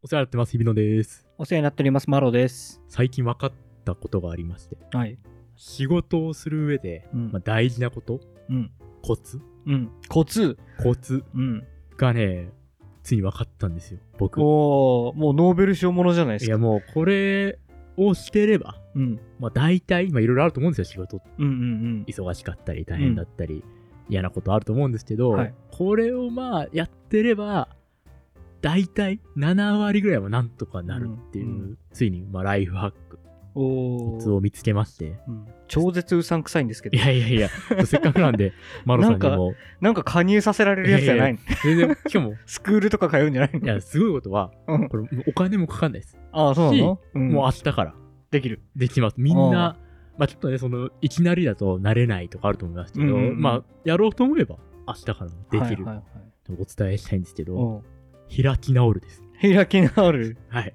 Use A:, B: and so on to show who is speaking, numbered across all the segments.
A: お世話になってます、日比野です。
B: お世話になっております、マロです。
A: 最近分かったことがありまして、
B: はい。
A: 仕事をする上で、
B: うん
A: まあ、大事なこと、
B: うん。
A: コツ、
B: うん。コツ。
A: コツ
B: うん。
A: がね、ついに分かったんですよ、僕。
B: おお、もうノーベル賞ものじゃないで
A: い
B: す
A: や、
B: か。
A: もうこれをしてれば、
B: うん。
A: まあ、大体、まあ、いろいろあると思うんですよ、仕事。
B: うんうん
A: 忙しかったり、大変だったり、嫌なことあると思うんですけど、
B: はい
A: これをまあ、やってれば、大体7割ぐらいはなんとかなるっていう、
B: うんう
A: ついに、まあ、ライフハック、
B: うん。お
A: コツを
B: お。
A: 見つけまして。
B: うん超絶うさんくさいんですけ
A: い
B: ど、
A: やいやいや、せっかくなん で、マロさんにも、
B: なんか加入させられるやつじゃないの。
A: 全然、しかも、
B: スクールとか通うんじゃない
A: い
B: の
A: や、すごいことは、
B: うん
A: これ、お金もかかんないです。
B: ああ、そうなのうん
A: もう明日から
B: できる。
A: できます。みん
B: あ
A: な、まあちょっとね、その、いきなりだと慣れないとかあると思いますけど、
B: うんうんうん
A: まあ、やろうと思えば、明日からもできる
B: はいはい
A: とお伝えしたいんですけど、
B: はい
A: 開き直るです。
B: うん開き直る。
A: はい。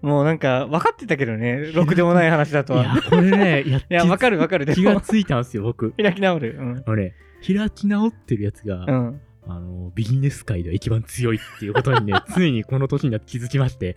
B: もうなんか分かってたけどね、ろくでもない話だ
A: い
B: と
A: や
B: は。、
A: これ ね、やっ
B: いや、分かる分かる。
A: 気
B: で
A: が
B: も、
A: ついたんですよ、僕。
B: 開き直る。うん
A: あのね、開き直ってるやつが、
B: うん。
A: あの、ビジネス界では一番強いっていうことに ね、ついにこの年になって気づきまして、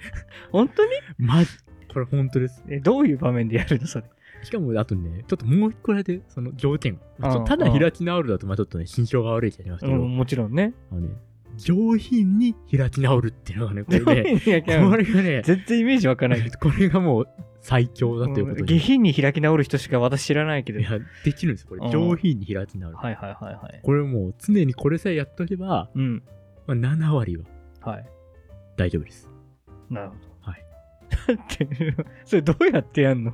B: 本当に
A: マジ、これ本当です。
B: えどういう場面でやるのそれ。
A: しかも、あとね、ちょっともう一個だけ、その条件
B: うん
A: が。ただ開き直るだと、まあちょっとね、心象が悪いってなりますけ
B: う
A: ど、
B: ん、もちろんね。
A: あのね、上品に開き直るっていうのがね、こ
B: どう
A: れね、
B: いう意味や
A: こ
B: けん
A: れがね、
B: 全然イメージわからないけ
A: これがもう最強だということで、
B: ど。下
A: い
B: 品に開き直る人しか私知らないけど。はい
A: や、できるんですよ、こ
B: う
A: れ。
B: ん
A: 上品に開き直る。
B: はいはいはい。
A: これもう常にこれさえやっとけば、
B: うん。
A: まあ、7割は
B: はい。
A: 大丈夫です。
B: なるほど。
A: はい。
B: だ って、それどうやってやんの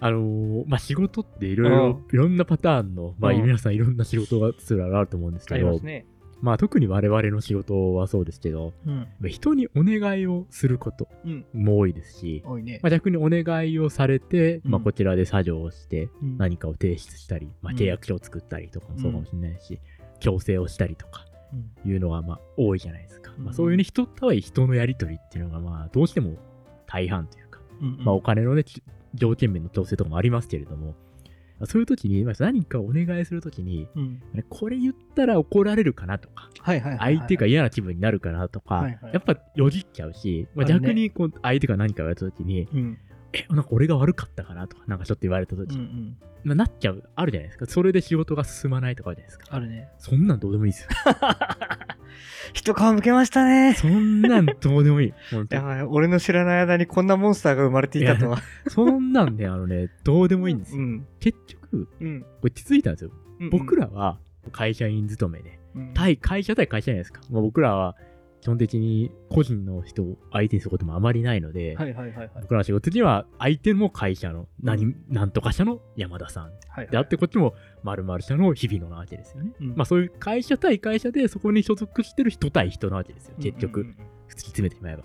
A: あのーまあ、仕事っていろいろ、いろんなパターンの、まあ、
B: うん
A: 皆さんいろんな仕事がつららあると思うんですけど、
B: ね。
A: まあ、特に我々の仕事はそうですけど、
B: うん。
A: 人にお願いをすること
B: うん
A: も多いですし、
B: 多いね
A: ま。あ、逆にお願いをされて、
B: うん
A: まあ、こちらで作業をして、
B: うん
A: 何かを提出したり、まあ、
B: うん
A: 契約書を作ったりとかもそうかもしれないし、強制をしたりとか
B: うん
A: いうのがまあ多いじゃないですか。
B: うん
A: まあ、そういうね、人対人のやりとりっていうのが、まあ、どうしても大半というか、
B: うんうん
A: まあ、お金のね、き条件面の調整とかもありますけれども、まあそういう時に、まあ何かお願いするときに、
B: うん
A: ねこれ言ったら怒られるかなとか、
B: はいはいはいはい。
A: 相手が嫌な気分になるかなとか、
B: はいはい
A: やっぱよぎっちゃうし、まあ、
B: あるね
A: 逆にこう相手が何か言われた時に、
B: うん。
A: え、なんか俺が悪かったかなとか、なんかちょっと言われた
B: うんう
A: 時、
B: ん。
A: まあなっちゃう、あるじゃないですか。それで仕事が進まないとかあるじゃないですか。
B: あるね。
A: そんなんどうでもいいですよ。
B: 一皮むけました ね。
A: そんなんどうでも いい。本当
B: や
A: に
B: ばい、俺の知らない間にこんなモンスターが生まれていたとは。
A: そんなんね、あのね、どうでもいいんです
B: う
A: よ。
B: ん。
A: 結局、
B: うん。
A: これ気づいたんですよ。
B: うん
A: 僕、らは会社員勤めで、
B: うん
A: 対会社対会社じゃないですか。まあ、僕らは基本的に個人の人を相手にすることもあまりないので、
B: はいはいはいはい。
A: 僕らの仕事には相手も会社の何、なんとか社の山田さん
B: はい
A: であって、こっちも丸々社の日々のなわけですよね。
B: うん
A: まあそういう会社対会社でそこに所属してる人対人なわけですよ、結局。
B: うんうんうん
A: 突き詰めてしまえば。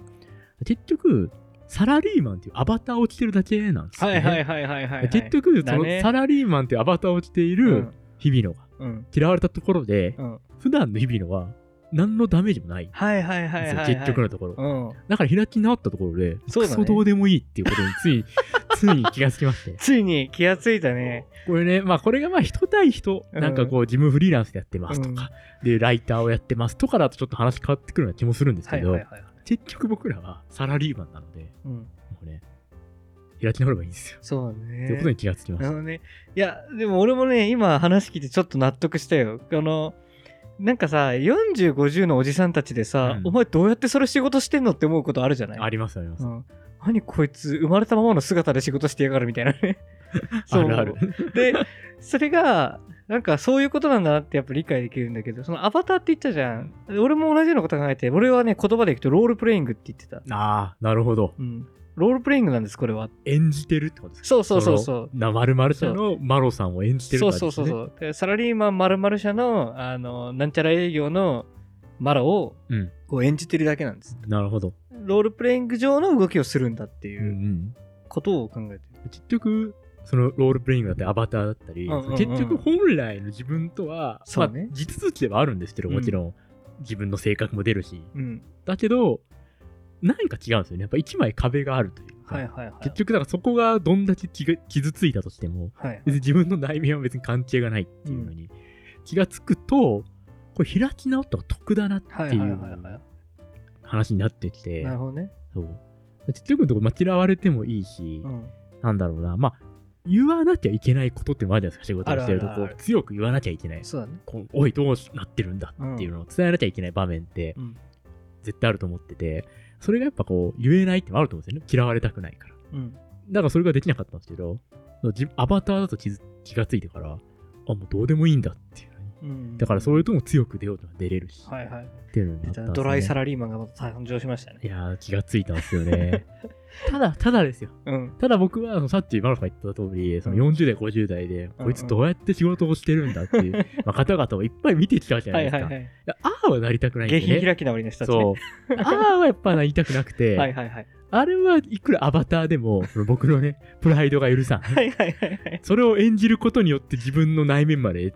A: 結局、サラリーマンっていうアバターを着てるだけなんですよ、
B: は
A: ね。
B: いはいはいはいはいはい。
A: 結局、そ
B: だ
A: の
B: ね
A: サラリーマンっていうアバターを着ていうる
B: ん
A: 日々のが
B: うん
A: 嫌われたところで、
B: うん。
A: 普段の日々のは何のダメージもないんで
B: はいはいはいは
A: す
B: い
A: よ
B: はい。
A: 結局のところ。
B: うん。
A: だから開き直ったところで、
B: そうだね
A: クソどうでもいいっていうことに ついついに気がつきまして。
B: ついに気がついたね。
A: これね、まあこれがまあ人対人、
B: うん
A: なんかこう自分フリーランスでやってますとか、で、ライターをやってますとかだとちょっと話変わってくるような気もするんです
B: は
A: け
B: い
A: ど、
B: はいはいはい。
A: 結局僕らはサラリーマンなので、
B: うん。
A: もうね、開き直ればいいんですよ。
B: そうだ
A: ということ
B: ね。
A: に気がつきまし
B: な
A: た。
B: るほどね。いや、でも俺もね、今話聞いてちょっと納得したよ。あの、なんかさ、40、50のおじさんたちでさ、
A: うん
B: お前どうやってそれ仕事してんのって思うことあるじゃない
A: ありますあります。
B: うん。何こいつ、生まれたままの姿で仕事してやがるみたいな ね。
A: あるある。
B: で、それが、なんかそういうことなんだなってやっぱ理解できるんだけど、そのアバターって言ったじゃん。俺も同じようなこと考えて、俺はね、言葉でいくとロールプレイングって言ってた。
A: ああ、なるほど。
B: うん。ロールプレイングなんです、これは。
A: 演じてるってことですか
B: そうそうそうそう。
A: な、まるまる社のマロさんを演じてる
B: そ
A: か
B: う
A: ら
B: そうそう
A: です
B: そ
A: ね。
B: う。でサラリーマンまる社の、あの、なんちゃら営業のマラを、
A: うん
B: こう演じてるだけなんです。
A: なるほど。
B: ロールプレイング上の動きをするんだって
A: うんう。
B: いうんことを考えてる。
A: 結局そのロールプレイングだったりアバターだったり、
B: うんうんうん
A: 結局本来の自分とは、
B: そうね
A: まあ、地続きではあるんですけど
B: うん
A: もちろん自分の性格も出るし、
B: うん。
A: だけど何か違うんですよねやっぱ一枚壁があるというか、
B: はいはいはい。
A: 結局だからそこがどんだけ気が傷ついたとしても
B: はい。
A: 別に自分の内面は別に関係がないっていうのに気がつくとこれ開き直ったら得だなって
B: はいいうはいはいはい。
A: 話になってきて
B: なるほどね。
A: そう結局のところまあ嫌われてもいいし、
B: うん。
A: なんだろうなまあ言わなきゃいけないことってもあるじゃないですか仕事をしてると
B: あるある
A: こ
B: ある
A: う強く言わなきゃいけない
B: そうだね。
A: こうおいどうなってるんだっていうのを伝えなきゃいけない場面って
B: うん。
A: 絶対あると思っててそれがやっぱこう言えないってのあると思うんですよね嫌われたくないから
B: うん。
A: だからそれができなかったんですけどじアバターだと気づ気がついてからあもうどうでもいいんだっていう
B: うん。
A: だからそういうとも強く出ようとは出れるし、
B: はいはい。
A: っていうのになっ
B: 出
A: たんで
B: た
A: すよね
B: ドライサラリーマンがまた誕生しましたね。
A: いやー気がついたんですよ ねただただですよ
B: うん。
A: ただ僕はあのさっきマロさんが言った通りその40代50代で
B: うん
A: こいつどうやって仕事をしてるんだっていう、 まあ、方々をいっぱい見てきたじゃな
B: はいい
A: ですか、
B: はいはい。
A: ああはなりたくないん
B: 下
A: で
B: 品
A: ね
B: 開き直りの人たちね。
A: そう ああはやっぱなりたくなくて、
B: はいはいはい。
A: あれはいくらアバターでもその僕のね プライドが許さん
B: はいはいはいはい。
A: それを演じることによって自分の内面まで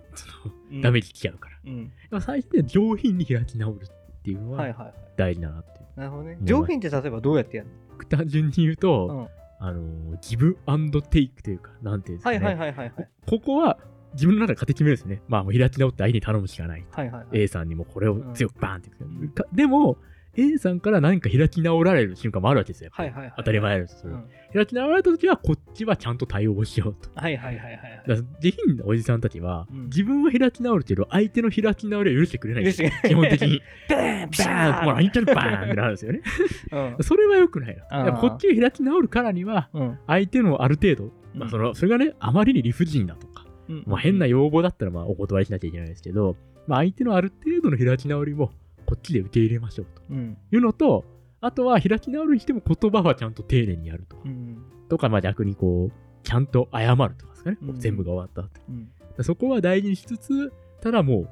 B: うん
A: ダメージきちゃうから。
B: うん。
A: でも最終的には上品に開き直るっていうの
B: はい
A: は
B: はいはい。
A: 大事だなっていう。
B: なるほどね。
A: うん
B: 上品って例えばどうやってやる
A: 単純に言うと、
B: のうん。
A: あのーギブアンドテイクというか、なんていうんですか
B: は
A: ね。
B: いはいはいはいはい。
A: ここは自分の中で勝手に決めるんですよね。まあ、もう開き直って相手に頼むしかない。
B: はいはいはい。
A: A さんにもこれを強くバーンって、
B: ん
A: かでも、A さんから何か開き直られる瞬間もあるわけですよ。やっぱり
B: はいはいはい
A: 当たり前です、そうれは
B: ん
A: 開き直られた時は、こっちはちゃんと対応しようと。
B: はいはいはいはい
A: だから下品なおじさんたちは、
B: うん
A: 自分は開き直るけど相手の開き直りを許してくれない
B: は
A: ん
B: い。
A: ですよ基本的に
B: バーン
A: バーンもう相手のバーンってなるんです よね
B: うん
A: それは良くないな
B: あー
A: やっぱこっちが開き直るからには
B: うん
A: 相手のある程度、
B: うん
A: まあ、そのそれがねあまりに理不尽だとか、
B: うん
A: まあ、変な要望だったらまあお断りしなきゃいけないですけど、まあ、相手のある程度の開き直りもこっちで受け入れましょうと
B: うん
A: いうのとあとは開き直るにしても言葉はちゃんと丁寧にやるとか,、
B: うん
A: とかまあ逆にこうちゃんと謝るとかですかね、こう
B: うん
A: 全部が終わった後
B: うん
A: そこは大事にしつつ、ただもう、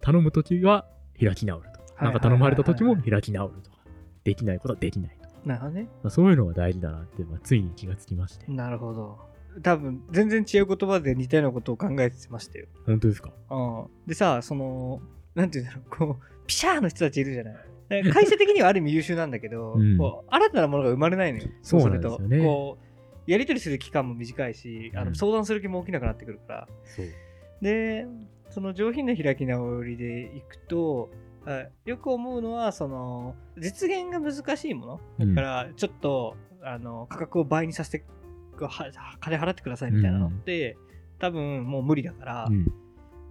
A: 頼むときは開き直るとか、な
B: は
A: い
B: はいはいは
A: ん
B: い
A: か頼まれたときも開き直るとか、できないことはできないとか
B: なるほどね
A: まあ、そういうのが大事だなって、まあ、ついに気がつきまして。
B: なるほど多分全然違う言葉で似たようなことを考えてましたよ
A: 本当ですか
B: うんでさそのなんて言うんだろうこうピシャーの人たちいるじゃないだから会社的にはある意味優秀なんだけど、
A: うん
B: こう新たなものが生まれないのよ
A: そうなん
B: れ
A: ですよね
B: こうやり取りする期間も短いし、あ
A: う
B: の
A: ん
B: 相談する気も起きなくなってくるから
A: そう。
B: でその上品な開き直りでいくとあよく思うのはその実現が難しいも
A: う
B: の
A: ん
B: だからちょっと、あの価格を倍にさせては金払ってくださいみたいなのって、多分もう無理だから、
A: うん。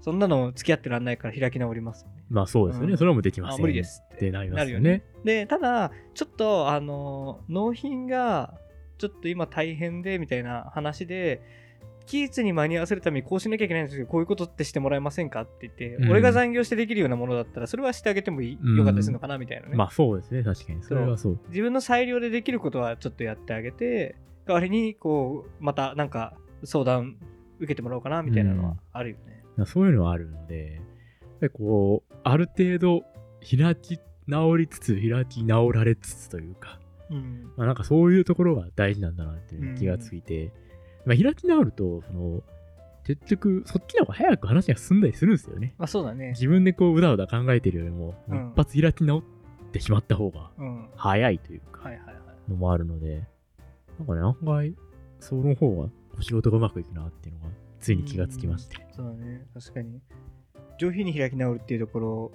B: そんなの付き合ってらんないから開き直りますよね。
A: まあそうですよね。
B: うん
A: それはもうできま
B: あ
A: せん。
B: 無理で。すっ
A: って
B: て
A: なりますよ
B: なる
A: ね。
B: でただちょっとあの納品がちょっと今大変でみたいな話で期日に間に合わせるためにこうしなきゃいけないんですけどこういうことってしてもらえませんかって言って、
A: うん
B: 俺が残業してできるようなものだったらそれはしてあげてもいい、
A: うん
B: よかったりするのかなみたいなね、
A: まあそうですね、確かに。それはそう。
B: 自分の裁量でできることはちょっとやってあげて代わりにこうまたなんか相談受けてもらおうかなみたいなのはあるよね、
A: まあそういうのはあるので、やっぱりこう、ある程度、開き直りつつ、開き直られつつというか、
B: うん
A: まあ、なんかそういうところが大事なんだなっていう気がついて、まあ、開き直るとその結局そっちの方が早く話が進んだりするんですよね
B: まあそうだね
A: 自分でこううだうだ考えてるよりも、
B: うん
A: 一発開き直ってしまった方が
B: うんは
A: 早いという
B: いは
A: か
B: いはい
A: のもあるので、なんかね案外その方がお仕事がうまくいくなっていうのがついに気がつきまして、
B: そうだね、確かに。上品に開き直るっていうところ、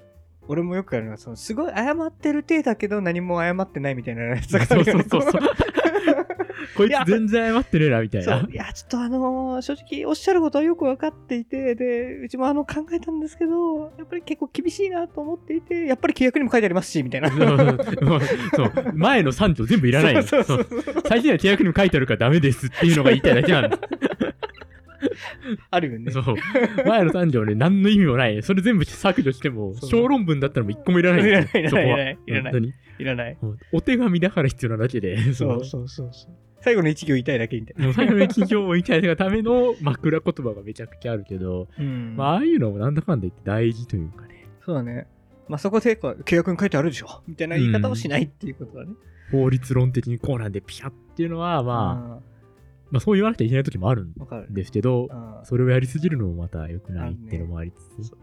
B: 俺もよくあるのは、そのすごい謝ってる体だけど何も謝ってないみたいなやつがあ
A: そ
B: る
A: うそ
B: よ
A: う
B: ね
A: そうそう こいつ全然謝ってねえなみたい
B: そ
A: な
B: ういや、ちょっとあのー正直おっしゃることはよく分かっていて、で、うちもあの考えたんですけど、やっぱり結構厳しいなと思っていて、やっぱり契約にも書いてありますし、みたいな。
A: そうそうそう前の3条全部いらないの
B: そうそうそう
A: 最低な契約にも書いてあるからダメですっていうのが言いたいだけなんで
B: あるよね。
A: す。そう。前の3条ね、何の意味もない。それ全部削除しても、
B: そう
A: 小論文だったらもう一個もいらないんですよ。
B: いらないいらな
A: そこは本
B: いいらない
A: 当に
B: いらない。
A: もうお手紙だから必要なだけで、そ
B: そ
A: の
B: うそうそうそう。最後の一行言いたいだけみたい
A: でも最後の企業を言いたいがための枕言葉がめちゃくちゃあるけど、
B: な。うん
A: まあ、ああいうのもなんだかんだ言って大事というかね、
B: そうだね。まあ、そこでこう契約に書いてあるでしょみたいな言い方をしないっていうことだね。
A: 法律論的にこうなんでピシャっていうのは、まあ、
B: あ
A: まあそう言わなきゃいけない時もあるん
B: あ、わかる。
A: ですけど
B: う、ん
A: それをやりすぎるのもまた良くないっていうのもありつつ、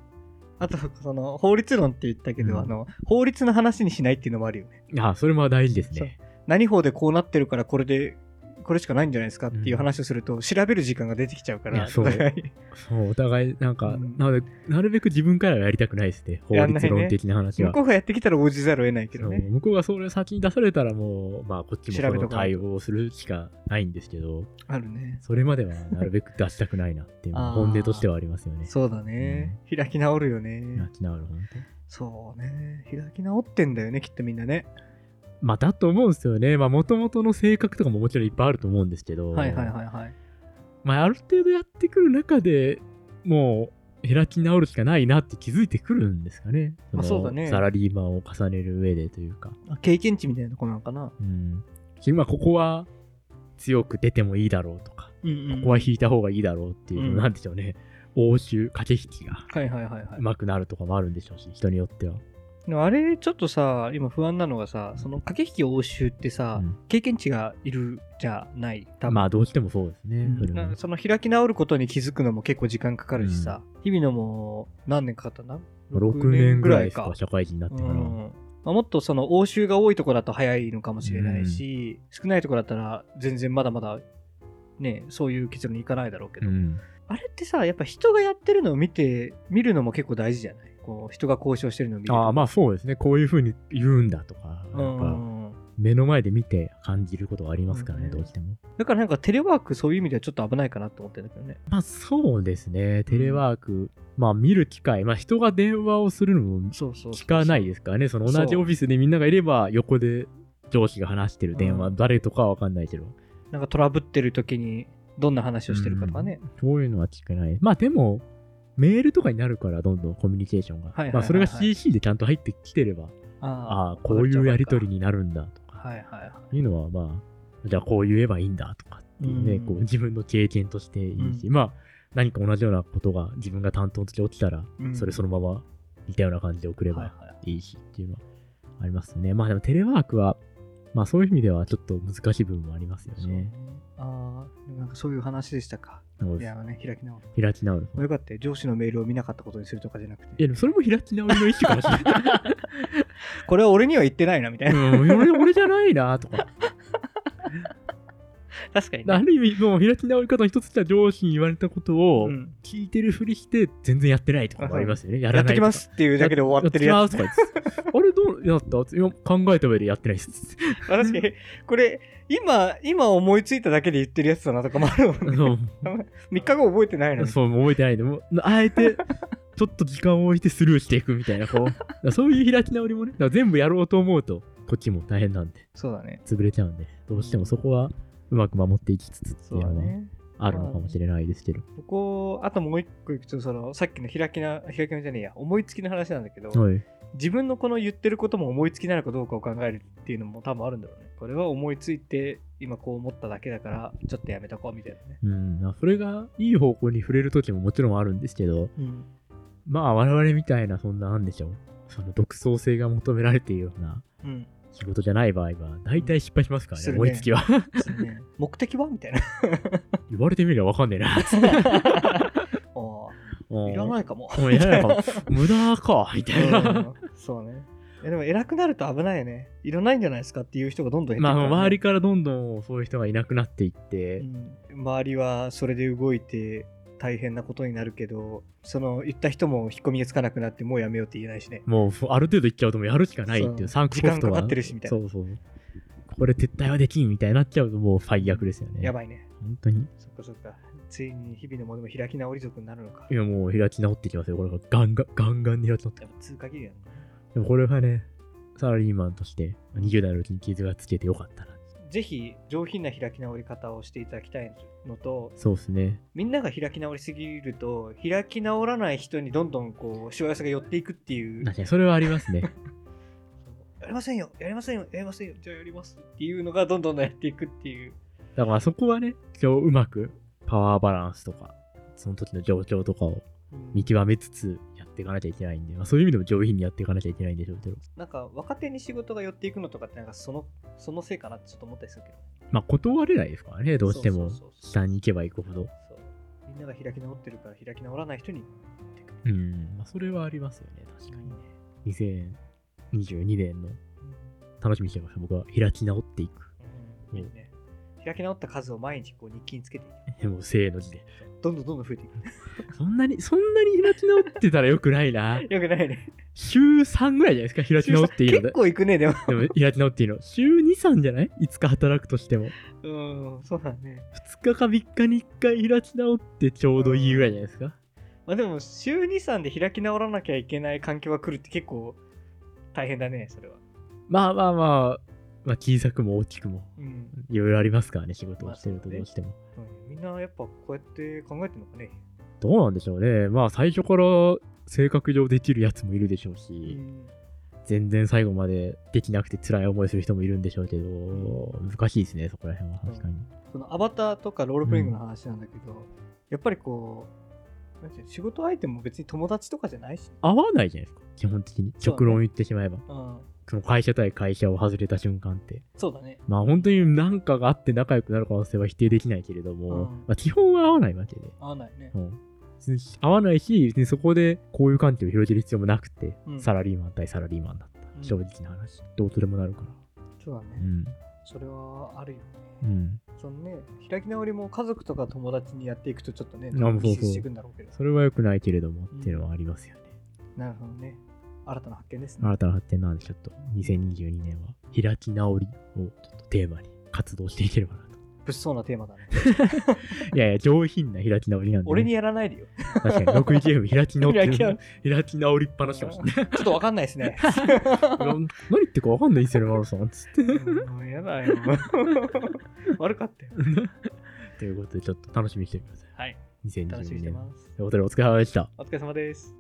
B: あと、その、法律論って言ったけど、
A: うん
B: あの、法律の話にしないっていうのもあるよね。
A: ああ、それも大事ですね。
B: 何法でこうなってるから、これでこれしかないんじゃないですかっていう話をすると、調べる時間が出てきちゃうか
A: い
B: ら、
A: やそう
B: お互い
A: そう、お互い、なんか、
B: うん
A: なので、なるべく自分からはやりたくないですね。法
B: やんないね
A: 律論的な話は。
B: 向こうがやってきたら応じざるを得ないけ
A: そ
B: ど
A: う
B: ね。
A: 向こうがそれ先に出されたらもう、まあ、こっちもそ
B: 調べ
A: の
B: とか
A: 対応をするしかないんですけど、
B: あるね。
A: それまではなるべく出したくないなっていうの
B: あ
A: は
B: ー
A: 本音としてはありますよね。
B: そうだね。開き直るよね。
A: 泣きながら本当に
B: そうね。開き直ってんだよね、きっとみんなね。
A: まあ、だと思うんですよね。まあ、もともとの性格とかももちろんいっぱいあると思うんですけど、
B: はいはいはいはい。
A: まあ、ある程度やってくる中でもう開き直るしかないなって気づいてくるんですかね。
B: まあ
A: の
B: そうだね
A: サラリーマンを重ねる上でというか。
B: あ経験値みたいなとこなのかな。
A: うん。今ここは強く出てもいいだろうとか、
B: うん
A: ここは引いた方がいいだろうっていう、
B: うん
A: なんでしょうね。応酬、駆け引きが
B: はいはいはいはい。
A: 上手くなるとかもあるんでしょうし、人によっては。
B: でもあれ、ちょっとさ、今不安なのがさ、その駆け引き応酬ってさ、
A: うん
B: 経験値がいるじゃない、多分。
A: まあ、どうしてもそうですね。それ
B: な
A: も
B: んかその開き直ることに気づくのも結構時間かかるしさ、日々のもう何年かかったんだ
A: 6年ぐらいしか社会人になってから。
B: うんまあ、もっとその応酬が多いとこだと早いのかもしれないし、少ないとこだったら全然まだまだねそういう結論にいかないだろうけど、
A: うん
B: あれってさやっぱ人がやってるのを見て見るのも結構大事じゃないこう人が交渉してるのを見る
A: ああまあそうですねこういうふうに言うんだとか
B: う
A: なんか
B: ん
A: 目の前で見て感じることがありますからね、
B: うん
A: どうしても
B: だからなんかテレワークそういう意味ではちょっと危ないかなと思ってるんだけどね
A: まあそうですねテレワーク、まあ見る機会まあ人が電話をするのも
B: そうそうそう
A: 聞かないですからねその同じ
B: そう
A: オフィスでみんながいれば横で上司が話してる電話、
B: うん
A: 誰とかは分かんないけど
B: なんかトラブってる時にどんな話をしてるかとかね、
A: そういうのは聞けないまあでもメールとかになるからどんどんコミュニケーションが、
B: はいはいはいはい
A: まあそれが CC でちゃんと入ってきてればああこういうやり取り
B: り
A: になるんだとか
B: はいはいはい
A: いうのはまあじゃあこう言えばいいんだとかっていうね、
B: うん
A: こう自分の経験としていいし、
B: うん
A: まあ何か同じようなことが自分が担当として起きたら、
B: うん
A: それそのまま似たような感じで送れ
B: はい
A: ば
B: はい
A: いいしっていうのはありますねまあでもテレワークはまあそういう意味ではちょっと難しい部分もありますよ
B: そうね
A: ね。
B: ああ、なんかそういう話でしたか。
A: そうで
B: い
A: す
B: や、ね、開き直る。
A: 開き直る。
B: よかったよ、上司のメールを見なかったことにするとかじゃな
A: い
B: く
A: や
B: て。
A: でもそれも開き直りの一種かもしれ ない。
B: これは俺には言ってないな、みたいな。
A: うん、俺俺じゃないなとか。
B: 確かに
A: ある意味、もう開き直り方の一つじゃ上司に言われたことを
B: うん
A: 聞いてるふりして全然やってないとかもありますよね。や
B: や
A: ら
B: っ
A: な
B: て
A: い
B: き
A: とか
B: ますっていうだけで終わってるやつ。
A: つ。やってきますとか言ってあれどうやったいや考えた上でやってない です。
B: あ確かに、これ、今、今思いついただけで言ってるやつだなとかもあるもんね。
A: そう
B: 3日後覚えてないのに。
A: そう覚えてないでもうあえてちょっと時間を置いてスルーしていくみたいなこうだからそういう開き直りもねだから全部やろうと思うとこっちも大変なんで
B: そうだね。
A: 潰れちゃうんでどうしてもそこはうまく守っていきつつって
B: そ
A: いう
B: うだ
A: のはね
B: ね。
A: あるのかもしれないですけど、
B: ここ、あともう一個いくと、その、さっきの開きな、開きなじゃねえや、思いつきの話なんだけど、
A: はい、
B: 自分のこの言ってることも思いつきなのかどうかを考えるっていうのも多分あるんだろうね。これは思いついて今こう思っただけだからちょっとやめとこうみたいなね。
A: うんまあそれがいい方向に触れる時ももちろんあるんですけど
B: うん、
A: まあ我々みたいなそんななんでしょうその独創性が求められているような
B: うん、
A: 仕事じゃない場合は大体失敗しますからね、
B: するね
A: 思いつきは
B: そうね目的はみたいな。
A: 言われてみれば分かんねえな
B: ああ、いら
A: も
B: ないかも。
A: ういらないかも無駄か みたいな
B: うんそうね。いやでも偉くなると危ないよね。いらないんじゃないですかっていう人がどんどん減ってく
A: まあ
B: からね
A: 周りからどんどんそういう人がいなくなっていって、
B: うん周りはそれで動いて大変なことになるけど、その言った人も引っ込みがつかなくなってもうやめようって言えないしね。
A: もうある程度いっちゃうともうやるしかないって
B: そ
A: いううサンクコスト
B: 時間
A: は
B: かかってるしみたいな
A: そうそうこれ撤退はできんみたいになっちゃうともう最悪ですよね
B: や
A: い
B: ばいね。
A: 本当に
B: そっかそっか。ついに日々のものも開き直り族になるのか。
A: いやもう開き直ってきますよこれがガンガンガンガンに開き直って
B: やっぱ通過切りやん
A: でもこれはねサラリーマンとして20代のうちに傷がつけてよかったな
B: ぜひ上品な開き直り方をしていただきたいのと
A: そうですね
B: みんなが開き直りすぎると開き直らない人にどんどんこうしわ寄せが寄っていくっていう
A: 確かにそれはありますね
B: やりませんよやりませんよやりませんよじゃあやりますっていうのがどんどんやっていくっていう
A: だからそこはね、今日うまくパワーバランスとか、その時の状況とかを見極めつつやっていかなきゃいけないんで、まあ、そういう意味でも上品にやっていかなきゃいけないんでしょうけど、
B: なんか若手に仕事が寄っていくのとかってなんかそのそのせいかなってちょっと思ったりするけど
A: まあ断れないですからね、どうしても
B: そうそうそうそう
A: 下に行けば行くほど。
B: そうみんなが開き直ってるから開き直らない人に寄っていく
A: うん、まあそれはありますよね、確か
B: いいね
A: に。2022年の楽しみにしてます、僕は開き直っていく。
B: うん
A: うん
B: いいね開き直った数を毎日こう日記につけていく
A: でも、せーの字で。
B: どんどんどんどん増えていく
A: そんなに、そんなに開き直ってたらよくないな。
B: よくないね
A: 週3ぐらいじゃないですか、開き直っていいの
B: 結
A: で。
B: 構いくねでも
A: でも、開き直っていいの。週2、3じゃないいつか働くとしても。
B: うんそうだね
A: 2日か3日に1回開き直ってちょうどいいぐらいじゃないですか。
B: まあでも週23で開き直らなきゃいけない環境が来るって結構大変だねそれは
A: まあまあまあ、まあ、小さくも大きくも、
B: うん、
A: いろいろありますからね、仕事をしてると
B: まあそうね
A: どうしても。
B: うんみんなやっぱこうやって考えてるのかね
A: どうなんでしょうね。まあ、最初から性格上できるやつもいるでしょうし、全然最後までできなくて辛い思いする人もいるんでしょうけど、難しいですね、そこら辺は確かに。
B: そのアバターとかロールプレイングの話なんだけど、やっぱりこうなんていうの仕事相手も別に友達とかじゃないし、
A: 合わないじゃないですか、基本的に。
B: そうだね
A: 極論言ってしまえば。
B: うん、
A: その会社対会社を外れた瞬間って。
B: そうだね
A: まあ、本当に何かがあって仲良くなる可能性は否定できないけれども、
B: うん
A: まあ、基本は合わないわけで。
B: 合わないね
A: うん別に合わないし、別にそこでこういう関係を広げる必要もなくて、
B: うん
A: サラリーマン対サラリーマンだった。
B: うん
A: 正直な話。どうとでもなるか
B: そうだ
A: ら。う
B: ね、
A: ん。
B: それはあるよね、
A: うん。
B: そのね開き直りも家族とか友達にやっていくとちょっとね
A: あそうそう
B: ミスしていくんだろうけど
A: それは良くないけれども、
B: うん
A: っていうのはありますよね。
B: なるほどね新たな発見ですね
A: 新たな発展なんで、ちょっと2022年は開き直りをちょっとテーマに活動していければ なと。
B: 物騒なテーマだね
A: いやいや、上品な開き直りなんで、ね。
B: 俺にやらないでよ
A: 確かに、6位ゲーム開き直って
B: 開き直
A: る、開き直りっぱなしかもしれ ない。
B: ちょっとわかんないですね
A: 何言ってるか分かんないですよね、マロさん。つって。
B: うんやだよ 悪かったよ
A: ということで、ちょっと楽しみにしてください。
B: はい楽しみにし
A: 2022
B: て
A: 年。
B: ます
A: ということで、お疲れ様でした。
B: お疲れ様です